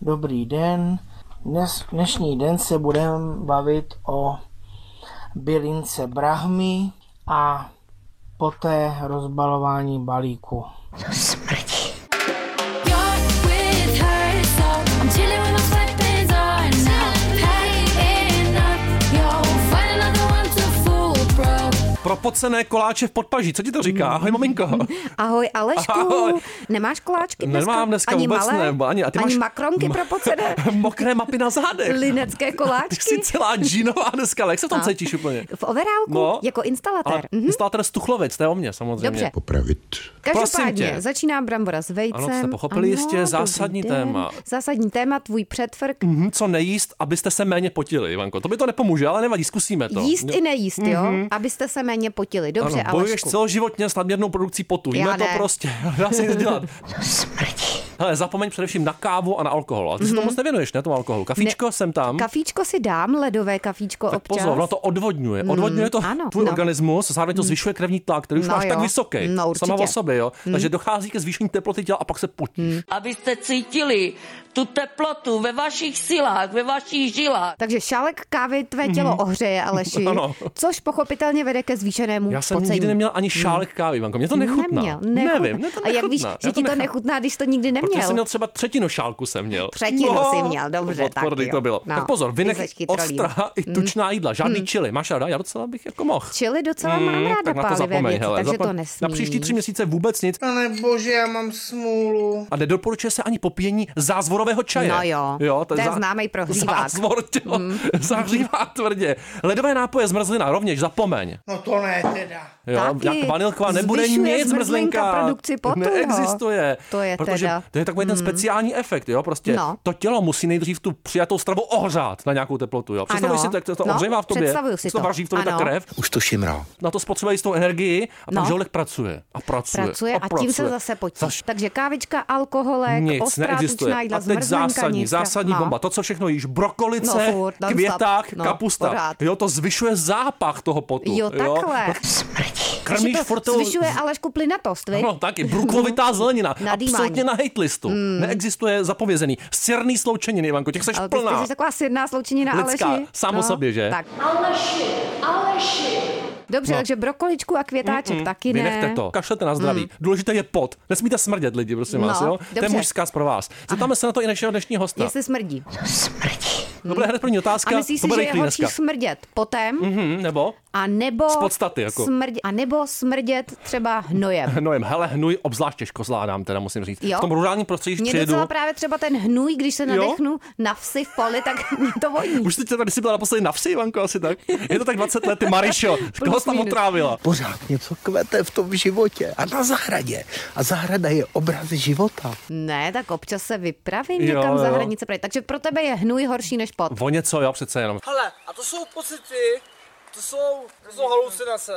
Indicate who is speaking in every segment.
Speaker 1: Dobrý den. Dnes, dnešní den se budeme bavit o bylince brahmy a poté rozbalování balíku.
Speaker 2: To smrdí.
Speaker 3: You're with her, so I'm chilling with my sweatpants on now. Packing up, yo, find another one to fool, bro.
Speaker 4: Propocené koláče v podpaží, co ti to říká?
Speaker 2: Mm.
Speaker 4: Ahoj, maminko.
Speaker 2: Ahoj Alešku,
Speaker 4: Ahoj.
Speaker 2: nemáš koláčky dneska?
Speaker 4: Nemám dneska
Speaker 2: ani
Speaker 4: vůbec
Speaker 2: malé?
Speaker 4: ne, ani- a ty
Speaker 2: ani
Speaker 4: máš-
Speaker 2: makronky pro pocené?
Speaker 4: Mokré mapy na zádech.
Speaker 2: Linecké
Speaker 4: Ty
Speaker 2: koláčky?
Speaker 4: jsi celá džínová dneska, ale jak se tam
Speaker 2: A.
Speaker 4: cítíš úplně?
Speaker 2: V overálku?
Speaker 4: No.
Speaker 2: Jako
Speaker 4: Ale
Speaker 2: instalatér? Mhm.
Speaker 4: instalatér Stuchlovic, to je o mě samozřejmě.
Speaker 2: Dobře.
Speaker 5: Popravit.
Speaker 4: Prosím tě.
Speaker 2: Každopádně, začíná brambora s vejcem.
Speaker 4: Ano, jste pochopili jistě,
Speaker 2: dobrý
Speaker 4: zásadní
Speaker 2: den.
Speaker 4: téma.
Speaker 2: Zásadní téma, tvůj předvrk.
Speaker 4: Mhm, Co nejíst, abyste se méně potili, Ivanko. To by to nepomůže, ale nevadí, zkusíme to. Mhm.
Speaker 2: Jíst i nejíst, jo? Abyste se méně potili. Dobře,
Speaker 4: ano, bojuješ
Speaker 2: Alešku.
Speaker 4: celoživotně s nadměrnou produkcí potu.
Speaker 2: Já
Speaker 4: Víme to
Speaker 2: ne.
Speaker 4: prostě. Dá se nic dělat.
Speaker 2: To smrdí.
Speaker 4: Hele, zapomeň především na kávu a na alkohol. A ty mm-hmm. se tomu moc nevěnuješ, ne, tomu alkoholu. Kafíčko jsem tam.
Speaker 2: Mhm. Kafíčko si dám, ledové kafíčko
Speaker 4: tak
Speaker 2: občas. Hmm,
Speaker 4: pozor, no to odvodňuje. Odvodňuje to
Speaker 2: ano,
Speaker 4: tvůj
Speaker 2: no.
Speaker 4: organismus, zároveň to zvyšuje krevní tlak, který už
Speaker 2: No
Speaker 4: máš tak
Speaker 2: jo,
Speaker 4: vysoký.
Speaker 2: no určitě.
Speaker 4: sama o sobě, jo. Takže dochází ke zvýšení teploty těla a pak se potíš.
Speaker 2: Hmm,
Speaker 6: abyste cítili tu teplotu ve vašich silách, ve vašich žilách.
Speaker 2: Takže šálek kávy tvé tělo ohřeje, Aleši,
Speaker 4: Mhm. Ano.
Speaker 2: což pochopitelně vede ke zvýšenému
Speaker 4: Já jsem
Speaker 2: pocení. Hmm.
Speaker 4: nikdy neměl ani šálek kávy, Ivanko. Mě to nechutná.
Speaker 2: Neměl, nechutná.
Speaker 4: Nevím, mě to
Speaker 2: A
Speaker 4: nechutná.
Speaker 2: jak víš,
Speaker 4: Já
Speaker 2: že ti to
Speaker 4: nechápu.
Speaker 2: nechutná, když to nikdy
Speaker 4: Protože
Speaker 2: neměl?
Speaker 4: jsem měl třeba třetinu šálku jsem měl.
Speaker 2: Třetinu jsi měl, dobře, tak
Speaker 4: Odporný
Speaker 2: jo.
Speaker 4: to bylo.
Speaker 2: No,
Speaker 4: tak pozor, vynek
Speaker 2: pizečky trolím.
Speaker 4: ostrá i tučná jídla, žádný čili. Máš ráda? Já docela bych jako mohl.
Speaker 2: Hmm.
Speaker 4: Hmm,
Speaker 2: Čili docela mám ráda
Speaker 4: Mm, tak na to
Speaker 2: pálivé
Speaker 4: zapomeň,
Speaker 2: věci,
Speaker 4: hele,
Speaker 2: takže
Speaker 4: zapomeň.
Speaker 2: to nesmí.
Speaker 4: Na příští tři měsíce vůbec nic
Speaker 1: Pane No bože, já mám smůlu.
Speaker 4: a nedoporučuje se ani popíjení zázvorového čaje.
Speaker 2: No jo, to je známej Mm. prohřívák.
Speaker 4: Zázvor tělo zahřívá tvrdě. Ledové nápoje zmrzlina rovněž, zapomeň.
Speaker 1: No to ne teda.
Speaker 4: Jo,
Speaker 2: Taky.
Speaker 4: jak vanilková nebude
Speaker 2: Zvyšuje
Speaker 4: nic
Speaker 2: zmrzlinka
Speaker 4: zmrzlinka.
Speaker 2: produkci potu, jo.
Speaker 4: Neexistuje.
Speaker 2: To je
Speaker 4: protože
Speaker 2: teda- Mm.
Speaker 4: To je takový ten speciální efekt, jo, prostě.
Speaker 2: No.
Speaker 4: To tělo musí nejdřív tu přijatou stravu ohřát na nějakou teplotu, jo. Představuj si, to, jak to, to
Speaker 2: No,
Speaker 4: ohřívá v tobě.
Speaker 2: představuju si
Speaker 4: jak to.
Speaker 2: to.
Speaker 4: vaří v tobě ta
Speaker 2: Ano.
Speaker 4: krev,
Speaker 5: Už to šimrá.
Speaker 4: na to spotřebuje jistou energii a pak
Speaker 2: No.
Speaker 4: žaludek pracuje a pracuje.
Speaker 2: Pracuje a, tím se
Speaker 4: pracuje.
Speaker 2: zase potí.
Speaker 4: Zaš-
Speaker 2: Takže kávička, alkoholek,
Speaker 4: nic
Speaker 2: Jako ostrá
Speaker 4: neexistuje.
Speaker 2: tučná jídla,
Speaker 4: a teď
Speaker 2: zmrzlinka,
Speaker 4: zásadní,
Speaker 2: nic,
Speaker 4: zásadní
Speaker 2: no.
Speaker 4: bomba. To, co všechno jíš, brokolice,
Speaker 2: No, furt, non-stop.
Speaker 4: květák,
Speaker 2: No,
Speaker 4: kapusta.
Speaker 2: pořád.
Speaker 4: Jo, to zvyšuje zápach toho potu.
Speaker 2: Jo, takhle. Takže
Speaker 4: Krmíš
Speaker 2: to
Speaker 4: furt tou-
Speaker 2: Zvyšuje Alešku plynatost, vy?
Speaker 4: No, taky brukovitá zelenina.
Speaker 2: Nadýmání. Hmm.
Speaker 4: Absolutně na hate listu. Neexistuje zapovězený. Sirný sloučeniny, Ivanko, těch seš
Speaker 2: Ale ty
Speaker 4: plná.
Speaker 2: jsi taková sirná sloučenina
Speaker 4: Lidská,
Speaker 2: Aleši. No,
Speaker 4: sám o sobě, že?
Speaker 2: Tak. Aleši, Aleši. Dobře,
Speaker 4: No.
Speaker 2: takže brokoličku a květáček taky ne. Hmm.
Speaker 4: Vynechte to, kašlete na zdraví. Důležité je pot. Nesmíte smrdět lidi, prosím
Speaker 2: No,
Speaker 4: vás, jo? To je
Speaker 2: dobře.
Speaker 4: mužská z pro vás. Zeptáme se na to i našeho dnešního hosta.
Speaker 2: Jestli smrdí.
Speaker 4: Dobré, hned první otázka.
Speaker 2: A myslíš
Speaker 4: to
Speaker 2: si,
Speaker 4: bude
Speaker 2: že je
Speaker 4: rychlý
Speaker 2: horší
Speaker 4: dneska.
Speaker 2: smrdět potem,
Speaker 4: Hm, nebo?
Speaker 2: a nebo,
Speaker 4: Z podstaty, jako.
Speaker 2: smrdě, a nebo smrdět třeba hnojem.
Speaker 4: Hnojem, No hele, hnuj obzvlášť těžko zvládám, teda musím říct.
Speaker 2: Jo?
Speaker 4: V tom rurálním prostředí když
Speaker 2: Mě
Speaker 4: přijedu.
Speaker 2: docela právě třeba ten hnůj, když se nadechnu na vsi v poli, tak mě to voní.
Speaker 4: Už jsi tě tady si byla naposledy na vsi, Ivanko, asi tak. Je to tak 20 let, ty Marišo. Koho jsi tam
Speaker 2: minus.
Speaker 4: otrávila?
Speaker 5: Pořád něco kvete v tom životě a na zahradě. A zahrada je obraz života.
Speaker 2: Ne, tak občas se vypravím
Speaker 4: Jo,
Speaker 2: někam za
Speaker 4: jo.
Speaker 2: hranice. prej. Takže pro tebe je hnůj horší než pot.
Speaker 4: O něco, jo, přece jenom.
Speaker 7: Hele, a to jsou pocity, to jsou, to jsou halucinace.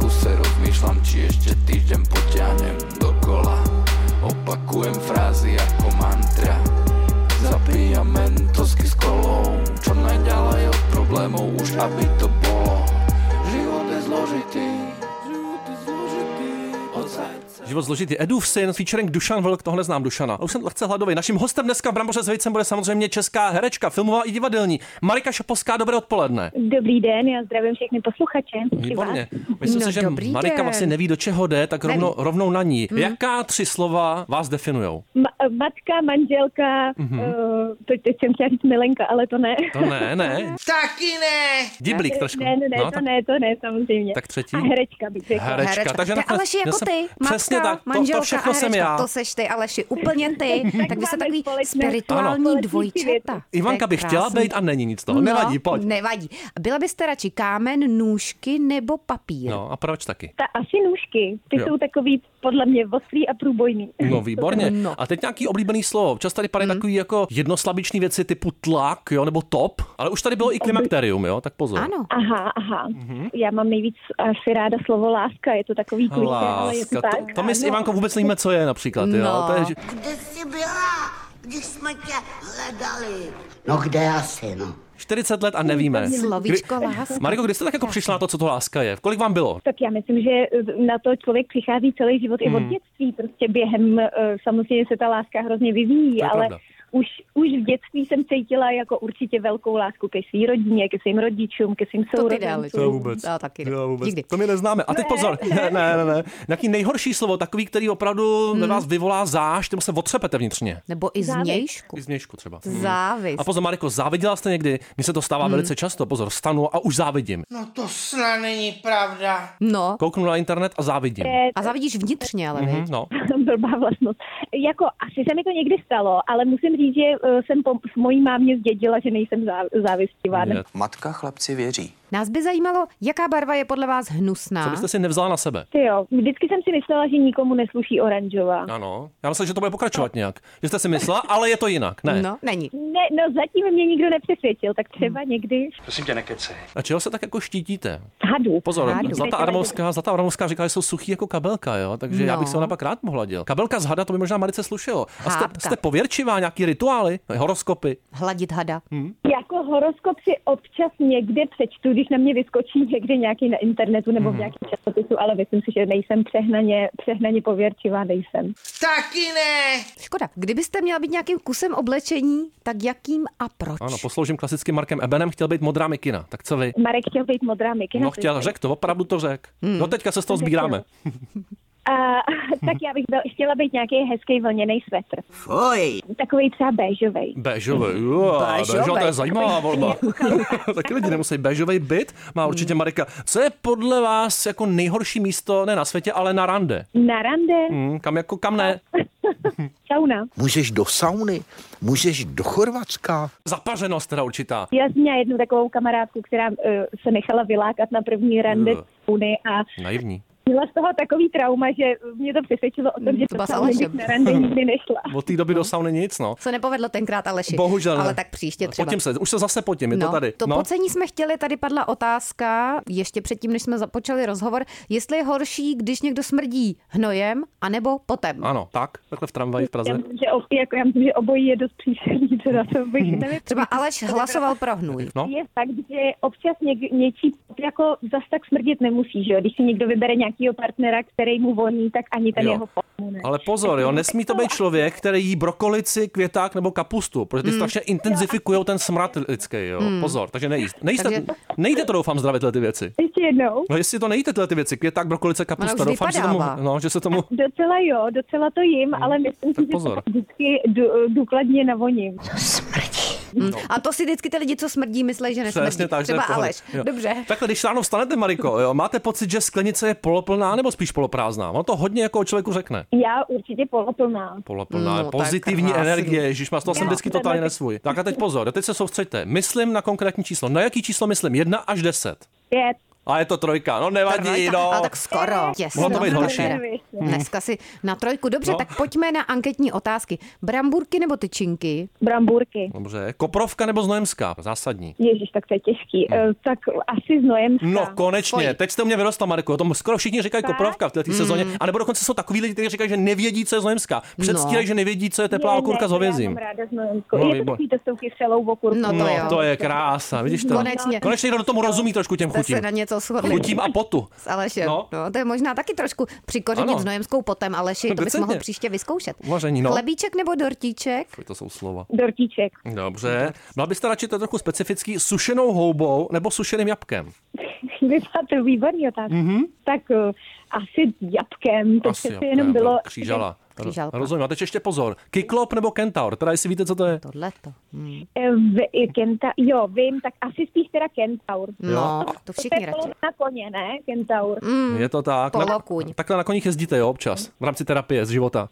Speaker 8: kuse rozmýšľam, či ešte týždeň poťahnem dokola. Opakujem frázy ako mantra. Zapíjam mentosky s kolou, čo najďalej od problémov už aby to bolo. Život je zložitý, život je zložitý, od zajca.
Speaker 4: Život složitý. Edův syn, featuring Dušan Vlk, tohle znám Dušana. Už jsem lehce hladový. Naším hostem dneska v Bramboře s vejcem bude samozřejmě česká herečka, filmová i divadelní. Marika Šapovská, dobré odpoledne.
Speaker 9: Dobrý den, já zdravím všechny posluchače.
Speaker 4: Výborně. Myslím
Speaker 2: No,
Speaker 4: si, že
Speaker 2: dobrý
Speaker 4: Marika
Speaker 2: den.
Speaker 4: vlastně neví, do čeho jde, tak
Speaker 2: Neví. Mhm.
Speaker 4: rovnou, rovnou na ní. Jaká tři slova vás definujou?
Speaker 9: Ma- matka, manželka, mm-hmm. uh, to teď jsem chtěla říct milenka, ale to ne.
Speaker 4: Mhm. To ne, ne.
Speaker 1: Taky ne.
Speaker 4: Diblík trošku.
Speaker 9: Ne, ne, ne,
Speaker 4: No,
Speaker 9: to
Speaker 4: tak-
Speaker 9: ne, to ne, samozřejmě.
Speaker 4: Tak třetí?
Speaker 9: A herečka bych řekla.
Speaker 4: Herečka. takže
Speaker 2: to je
Speaker 4: nakonec-
Speaker 2: Aleši
Speaker 4: já
Speaker 2: jako
Speaker 4: jsem-
Speaker 2: ty, matka,
Speaker 4: přesně tak, to- to
Speaker 2: manželka
Speaker 4: všechno
Speaker 2: a
Speaker 4: jsem
Speaker 2: herečka,
Speaker 4: já.
Speaker 2: To seš ty, Aleši, úplně ty. tak vy jste
Speaker 9: máme
Speaker 2: takový
Speaker 9: společné-
Speaker 2: spirituální
Speaker 9: společné
Speaker 2: dvojčata.
Speaker 9: věci.
Speaker 4: Ivanka
Speaker 2: To
Speaker 4: by
Speaker 2: je
Speaker 4: chtěla
Speaker 2: krásný.
Speaker 4: být a není nic z toho. Nevadí, pojď.
Speaker 2: No, nevadí. Byla byste radši kámen, nůžky nebo papír?
Speaker 4: No a proč taky?
Speaker 9: Ta asi nůžky, ty
Speaker 4: Jo.
Speaker 9: jo. jsou takový podle mě ostrý a průbojný.
Speaker 4: No výborně.
Speaker 2: No. Hmm.
Speaker 4: A teď nějaký oblíbený slovo. Občas tady padají takový jako jednoslabiční věci typu tlak, jo, nebo top, ale už tady bylo i klimakterium, jo, tak pozor.
Speaker 2: Ano.
Speaker 9: Aha, aha.
Speaker 4: Mhm.
Speaker 9: Mm-hmm. Já mám nejvíc asi ráda slovo láska, je to takový kliše, ale je to,
Speaker 4: Láska,
Speaker 9: tak.
Speaker 4: to, to my s
Speaker 9: ano.
Speaker 4: Ivankou vůbec nevíme, co je například, jo.
Speaker 2: No.
Speaker 4: To je, že-
Speaker 10: Kde jsi byla, když jsme tě hledali?
Speaker 4: 40 let a nevíme.
Speaker 2: Slovíčko láska.
Speaker 4: Mariko, kdy jste tak jako přišla na to, co to láska je? Kolik vám bylo?
Speaker 9: Tak já myslím, že na to člověk
Speaker 4: Mhm.
Speaker 9: přichází celý život i od dětství. Prostě během, eh, samozřejmě se ta láska hrozně vyvíjí,
Speaker 4: To je
Speaker 9: ale
Speaker 4: pravda.
Speaker 9: už, už v dětství jsem cítila jako určitě velkou lásku ke své rodině, ke svým rodičům, ke svým
Speaker 2: To ty jde, ale
Speaker 9: sourozencům.
Speaker 4: To vůbec.
Speaker 2: Já taky ne.
Speaker 4: To, vůbec.
Speaker 2: Nikdy.
Speaker 4: to my neznáme. A teď pozor. Ne, ne, ne. ne. Jaký nejhorší slovo, takový, který opravdu
Speaker 2: Hmm.
Speaker 4: ve vás vyvolá zášť, nebo se otřepete vnitřně.
Speaker 2: Nebo i z
Speaker 9: Závist.
Speaker 2: nějšku.
Speaker 4: I změšku třeba. Hmm.
Speaker 2: Závist.
Speaker 4: A pozor, Mariko, záviděla jste někdy? Mně se to stává velice často. Pozor, stanu a už závidím.
Speaker 1: No to snad není pravda.
Speaker 2: No.
Speaker 4: Kouknu na internet a závidím.
Speaker 2: A závidíš vnitřně, ale mm
Speaker 4: Mhm, No.
Speaker 9: blbá vlastnost. Jako, asi se mi to někdy stalo, ale musím říct, že eh, jsem po s mojí mámě zdědila, že nejsem zá, závistivá.
Speaker 4: Je.
Speaker 8: Matka chlapci věří.
Speaker 2: Nás by zajímalo, jaká barva je podle vás hnusná.
Speaker 4: Co byste si nevzala na sebe?
Speaker 9: Ty jo, vždycky jsem si myslela, že nikomu nesluší oranžová.
Speaker 4: Ano. Já myslím, že to bude pokračovat nějak. Že jste si myslela, ale je to jinak. Ne.
Speaker 2: No, není.
Speaker 9: Ne, no zatím mě nikdo nepřesvědčil, tak třeba někdy
Speaker 4: A čeho se tak jako štítíte?
Speaker 9: hadu.
Speaker 4: Pozor,
Speaker 2: Hádu.
Speaker 4: Zlata Adamovská, Zlata Adamovská říká, že jsou suchý jako kabelka, jo? takže já bych se
Speaker 2: No.
Speaker 4: ona pak rád pohladil. Kabelka z hada, to by možná Marice slušelo. A jste,
Speaker 2: Hádka.
Speaker 4: jste pověrčivá, nějaký rituály, No, horoskopy?
Speaker 2: Hladit hada.
Speaker 4: Hmm.
Speaker 9: Jako horoskop si občas někde přečtu, když na mě vyskočí někde nějaký na internetu nebo v nějakém časopisu, ale myslím si, že nejsem přehnaně, přehnaně pověrčivá, nejsem.
Speaker 1: Taky ne.
Speaker 2: Škoda. Kdybyste měla být nějakým kusem oblečení, tak jakým a proč?
Speaker 4: Ano, posloužím klasickým Markem Ebenem, chtěl být modrá mikina. Tak co vy?
Speaker 9: Marek chtěl být modrá mikina.
Speaker 4: No chtěl, řek to, opravdu to řek. No teďka se z toho sbíráme.
Speaker 9: A, tak já bych byl, chtěla být nějaký hezký vlněný svetr.
Speaker 10: Fuj.
Speaker 9: Takový třeba béžovej.
Speaker 2: Mhm.
Speaker 4: Béžový, jo,
Speaker 2: Béžovej.
Speaker 4: béžová, to je zajímavá volba. Taky lidi nemusí béžový byt, má
Speaker 2: Mhm.
Speaker 4: určitě Marika. Co je podle vás jako nejhorší místo, ne na světě, ale na rande?
Speaker 9: Na rande, no.
Speaker 4: Hm, kam jako, kam ne?
Speaker 9: sauna.
Speaker 5: Můžeš do sauny, můžeš do Chorvatska.
Speaker 4: Zapařenost teda určitá.
Speaker 9: Já jsem měla jednu takovou kamarádku, která uh, se nechala vylákat na první rande
Speaker 4: Jo.
Speaker 9: z sauny a
Speaker 4: Naivní.
Speaker 9: měla z toho takový trauma, že mě to přesvědčilo o tom, že
Speaker 2: to
Speaker 9: to
Speaker 2: byla s
Speaker 9: sauny
Speaker 2: Alešem.
Speaker 9: bych na rande nikdy nešla.
Speaker 4: Od té
Speaker 2: Mhm.
Speaker 4: doby do sauny nic, no.
Speaker 2: Se nepovedlo tenkrát Aleši.
Speaker 4: Bohužel. ne.
Speaker 2: Ale tak příště třeba.
Speaker 4: Potím se, už se zase potím, je
Speaker 2: no,
Speaker 4: to tady.
Speaker 2: to
Speaker 4: no.
Speaker 2: pocení jsme chtěli, tady padla otázka, ještě předtím, než jsme započali rozhovor, jestli je horší, když někdo smrdí hnojem, anebo potem.
Speaker 4: Ano, tak, takhle v tramvaji v Praze.
Speaker 9: Já myslím, že, o, jako, já myslím, že obojí je dost příšerný, teda to bych nevím.
Speaker 2: Třeba Aleš hlasoval pro hnůj.
Speaker 4: Mhm. No.
Speaker 9: Je fakt, že občas něk, něčí pot jako zas tak smrdit nemusí, že jo? Když si někdo vybere nějakého partnera, který mu voní, tak ani ten
Speaker 4: Jo.
Speaker 9: jeho pot mu ne.
Speaker 4: Ale pozor, jo, nesmí to být člověk, který jí brokolici, květák nebo kapustu, protože ty
Speaker 2: Mhm.
Speaker 4: strašně intenzifikují ten smrad lidský, jo. Pozor, takže nejíst. Nejíste,
Speaker 2: Takže-
Speaker 4: Nejde to doufám zdravě tyhle ty věci.
Speaker 9: Ještě jednou.
Speaker 4: No jestli to nejíte tyhle ty věci, květák, brokolice, kapusta,
Speaker 2: už
Speaker 4: doufám, že, tomu,
Speaker 2: vypadává.
Speaker 4: no, že se tomu...
Speaker 9: Docela jo, docela to jim, ale myslím
Speaker 4: No, tak
Speaker 9: si, že to
Speaker 4: pozor.
Speaker 9: tak vždycky dů- důkladně navoním.
Speaker 2: Mm. A to si vždycky ty lidi, co smrdí, myslí, že nesmrdí.
Speaker 4: Přesně tak, že je
Speaker 2: Třeba
Speaker 4: v pohodě.
Speaker 2: Aleš.
Speaker 4: Jo.
Speaker 2: Dobře.
Speaker 4: Takhle, když ráno vstanete, Mariko, jo, máte pocit, že sklenice je poloplná nebo spíš poloprázdná? Ono to hodně jako o člověku řekne.
Speaker 9: Já určitě poloplná.
Speaker 4: Poloplná,
Speaker 2: No,
Speaker 4: no,
Speaker 2: tak
Speaker 4: pozitivní
Speaker 2: krásný.
Speaker 4: energie, Ježíš, má z toho jsem
Speaker 9: Já
Speaker 4: vždycky
Speaker 9: jsem
Speaker 4: totálně
Speaker 9: taky.
Speaker 4: nesvůj. Tak a teď pozor, teď se soustřeďte. Myslím na konkrétní číslo. Na jaký číslo myslím? 1 až 10.
Speaker 9: Pět.
Speaker 4: A je to trojka, no nevadí,
Speaker 2: Trojka.
Speaker 4: no.
Speaker 2: Ale tak skoro. Těsno.
Speaker 4: Mohlo to být horší.
Speaker 2: Dneska si na trojku. Dobře,
Speaker 4: No.
Speaker 2: no. tak pojďme na anketní otázky. Bramburky nebo tyčinky?
Speaker 9: Brambůrky.
Speaker 4: Dobře, Koprovka nebo Znojemská? Zásadní.
Speaker 9: Ježíš, tak to je těžký. Eh, tak asi z Nojemska.
Speaker 4: No konečně,
Speaker 2: Pojď. Hmm.
Speaker 4: teď jste mě vyrostla, Mariko, o tom skoro všichni říkají Koprovka v této sezóně, a nebo dokonce jsou takový lidi, kteří říkají, že nevědí, co je Znojemská.
Speaker 2: No.
Speaker 4: Předstírají, že nevědí, co je teplá
Speaker 9: Ne,
Speaker 4: okurka
Speaker 9: ne,
Speaker 4: s
Speaker 9: to
Speaker 4: hovězím.
Speaker 9: Já mám ráda z Nojemsku.
Speaker 4: No,
Speaker 9: No, je
Speaker 4: výbor-
Speaker 9: to takový to s tou kyselou No, okurkou.
Speaker 2: No to jo.
Speaker 4: No, to je krása, vidíš to?
Speaker 2: Konečně.
Speaker 4: Konečně někdo do tomu rozumí trošku těm
Speaker 2: Jste
Speaker 4: chutím.
Speaker 2: se na něco shodli.
Speaker 4: Chutím a potu.
Speaker 2: S Alešem.
Speaker 4: No.
Speaker 2: No. no. to je možná taky trošku přikořenit
Speaker 4: Ano.
Speaker 2: s Nojemskou potem, Aleši, to bys
Speaker 4: Decentně.
Speaker 2: mohl příště vyzkoušet.
Speaker 4: Uvaření, no.
Speaker 2: Chlebíček nebo dortíček?
Speaker 4: Fuj, To jsou slova.
Speaker 9: no, Dortíček.
Speaker 4: Dobře. Byla byste No, radši to je trochu specifický sušenou houbou nebo sušeným jabkem?
Speaker 9: Vypadá to výborný otázka. Mm-hmm. Tak uh, asi jabkem. To
Speaker 4: Mhm. Asi
Speaker 9: přece
Speaker 4: jabkem, no,
Speaker 9: jenom bylo...
Speaker 4: Křížala.
Speaker 2: Křížalka.
Speaker 4: Rozumím. A teď ještě pozor. Kyklop nebo kentaur? Teda jestli víte, co to je?
Speaker 2: Tohle to. Hmm.
Speaker 9: Eh, v- i Kenta, jo, vím, tak asi spíš teda kentaur.
Speaker 2: No, to
Speaker 9: To
Speaker 2: všichni
Speaker 9: je
Speaker 2: radši.
Speaker 9: polovina koně, ne? Kentaur.
Speaker 4: Je to tak.
Speaker 2: Hmm. Polokuň.
Speaker 4: takhle na koních jezdíte, jo, občas. V rámci terapie z života.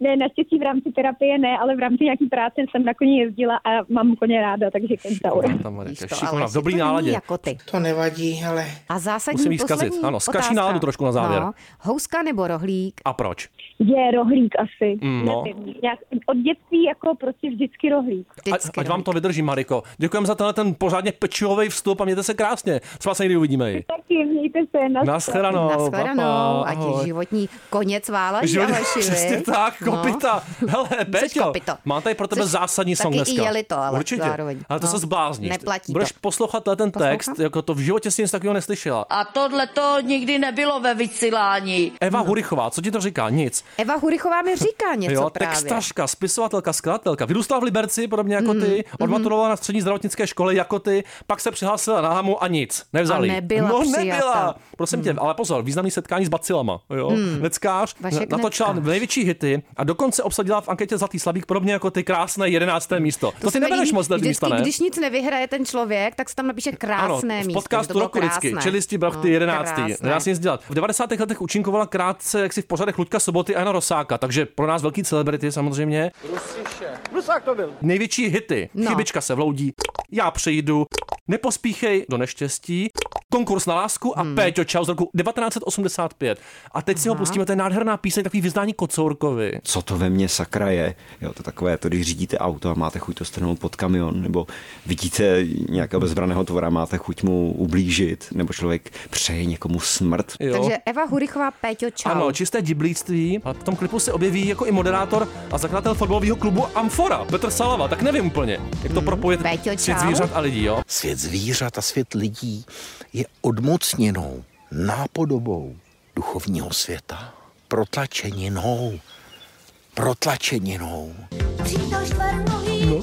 Speaker 9: Ne, naštěstí v rámci terapie ne, ale v rámci nějaký práce jsem na koni jezdila a mám koně ráda, takže kentaur.
Speaker 4: Tam Marika,
Speaker 2: Víš to,
Speaker 4: šikovná,
Speaker 2: Aleši,
Speaker 4: v dobrý
Speaker 2: to není
Speaker 4: náladě.
Speaker 2: jako ty.
Speaker 1: To nevadí, ale
Speaker 2: A zásadní
Speaker 4: Musím jí zkazit.
Speaker 2: poslední
Speaker 4: Ano, zkaží
Speaker 2: otázka.
Speaker 4: náladu trošku na závěr.
Speaker 2: No, houska nebo rohlík?
Speaker 4: A proč?
Speaker 9: Je rohlík asi.
Speaker 4: Mm, no.
Speaker 9: Nevím. Nějak, od dětství jako prostě vždycky rohlík.
Speaker 4: Ať,
Speaker 2: Vždycky no.
Speaker 4: ať vám
Speaker 2: rohlík.
Speaker 4: to vydrží, Mariko. Děkujeme za tenhle ten pořádně pečivový vstup a mějte se krásně. Třeba se někdy uvidíme. i.
Speaker 9: Taky mějte se. Na
Speaker 4: Naschledanou.
Speaker 2: Naschledanou,
Speaker 4: papa,
Speaker 2: ať je
Speaker 4: ahoj.
Speaker 2: životní konec válaží,
Speaker 4: Život-
Speaker 2: Aleši,
Speaker 4: Přesně
Speaker 2: viď?
Speaker 4: tak. Cak kopita. No. Hele, Peťo,
Speaker 2: kopito.
Speaker 4: mám tady pro tebe
Speaker 2: Což
Speaker 4: zásadní song
Speaker 2: taky i
Speaker 4: dneska.
Speaker 2: jeli to, ale
Speaker 4: Určitě.
Speaker 2: zároveň.
Speaker 4: Ale to
Speaker 2: No.
Speaker 4: se zblázníš.
Speaker 2: Neplatí to.
Speaker 4: Budeš poslouchat ten text, jako to v životě si nic takového neslyšela.
Speaker 6: A tohle to nikdy nebylo ve vysílání.
Speaker 4: Eva
Speaker 2: No.
Speaker 4: Hurichová, co ti to říká? Nic.
Speaker 2: Eva Hurichová mi říká něco
Speaker 4: jo,
Speaker 2: právě.
Speaker 4: textařka, spisovatelka, skladatelka. Vyrůstala v Liberci, podobně
Speaker 2: Mm,
Speaker 4: jako
Speaker 2: mm-hmm.
Speaker 4: ty, odmaturovala na střední zdravotnické škole jako ty, pak se přihlásila na hamu a nic. Nevzali.
Speaker 2: A nebyla
Speaker 4: no,
Speaker 2: přijata.
Speaker 4: nebyla. Prosím tě, ale pozor, významný setkání s bacilama. Jo?
Speaker 2: Mm.
Speaker 4: Neckář
Speaker 2: Vašek
Speaker 4: natočila
Speaker 2: Neckář.
Speaker 4: největší hity a dokonce obsadila v anketě Zlatý slabík, podobně jako ty krásné 11. místo. To, si
Speaker 2: jsme
Speaker 4: nebereš
Speaker 2: i-
Speaker 4: moc na místa,
Speaker 2: vždycky,
Speaker 4: ne?
Speaker 2: Když nic nevyhraje ten člověk, tak se tam napíše krásné
Speaker 4: ano,
Speaker 2: místo.
Speaker 4: v podcastu
Speaker 2: to bylo
Speaker 4: roku vždycky,
Speaker 2: krásné.
Speaker 4: čelisti brachty
Speaker 2: No,
Speaker 4: 11.
Speaker 2: krásné.
Speaker 4: Nedá se nic dělat. V 90. letech účinkovala krátce jaksi v pořadech Ludka Soboty a Jana Rosáka, takže pro nás velký celebrity samozřejmě.
Speaker 7: Rusiše. Rusák to byl.
Speaker 4: Největší hity.
Speaker 7: No.
Speaker 4: No. Chybička se vloudí. Já přijdu. Nepospíchej do neštěstí. Konkurs na lásku a hmm. Péťo Čau z roku 1985. A teď Aha. si ho pustíme, to je nádherná píseň, takový vyznání Kocourkovi.
Speaker 11: co to ve mně sakra je. Jo, to je takové, to když řídíte auto a máte chuť to strhnout pod kamion, nebo vidíte nějakého bezbraného tvora, máte chuť mu ublížit, nebo člověk přeje někomu smrt.
Speaker 2: Takže Eva Hurichová, Péťo, čau.
Speaker 4: Ano, čisté diblíctví. A v tom klipu se objeví jako i moderátor a zakladatel fotbalového klubu Amfora, Petr Salava. Tak nevím úplně, jak
Speaker 2: Mm,
Speaker 4: to propojit svět
Speaker 5: čau.
Speaker 4: zvířat a lidí, jo?
Speaker 5: Svět zvířat a svět lidí je odmocněnou nápodobou duchovního světa. Protlačeninou. Protlačeninou.
Speaker 3: No.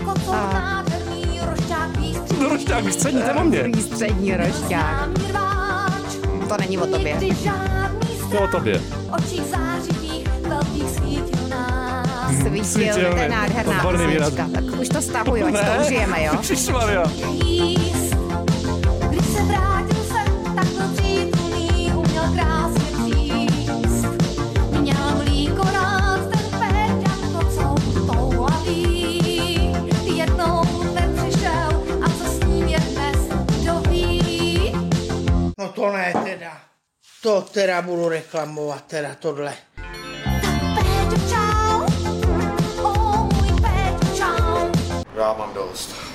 Speaker 4: Rošťák, vystředníte o mě.
Speaker 2: Výstřední rošťák. To není o tobě.
Speaker 4: To o tobě.
Speaker 3: Očí zářivých velkých svítil nás.
Speaker 2: Svítil, to je nádherná
Speaker 4: Odborný výraz.
Speaker 2: písnička. Tak už to stahuju, ať to
Speaker 4: Ne.
Speaker 2: užijeme, jo?
Speaker 4: Ježišmarja.
Speaker 3: Jíst. Když se vrátil jsem, tak byl přítomný, uměl krásně příst. Měl mlíko rád, ten perťák nocou toulavý. Jednou nepřišel, a co s ním je dnes, kdo ví.
Speaker 1: No to ne teda. To teda budu reklamovat, teda tohle.
Speaker 3: Péťo, čau. Ó, můj Péťo, čau.
Speaker 12: Já mám dost.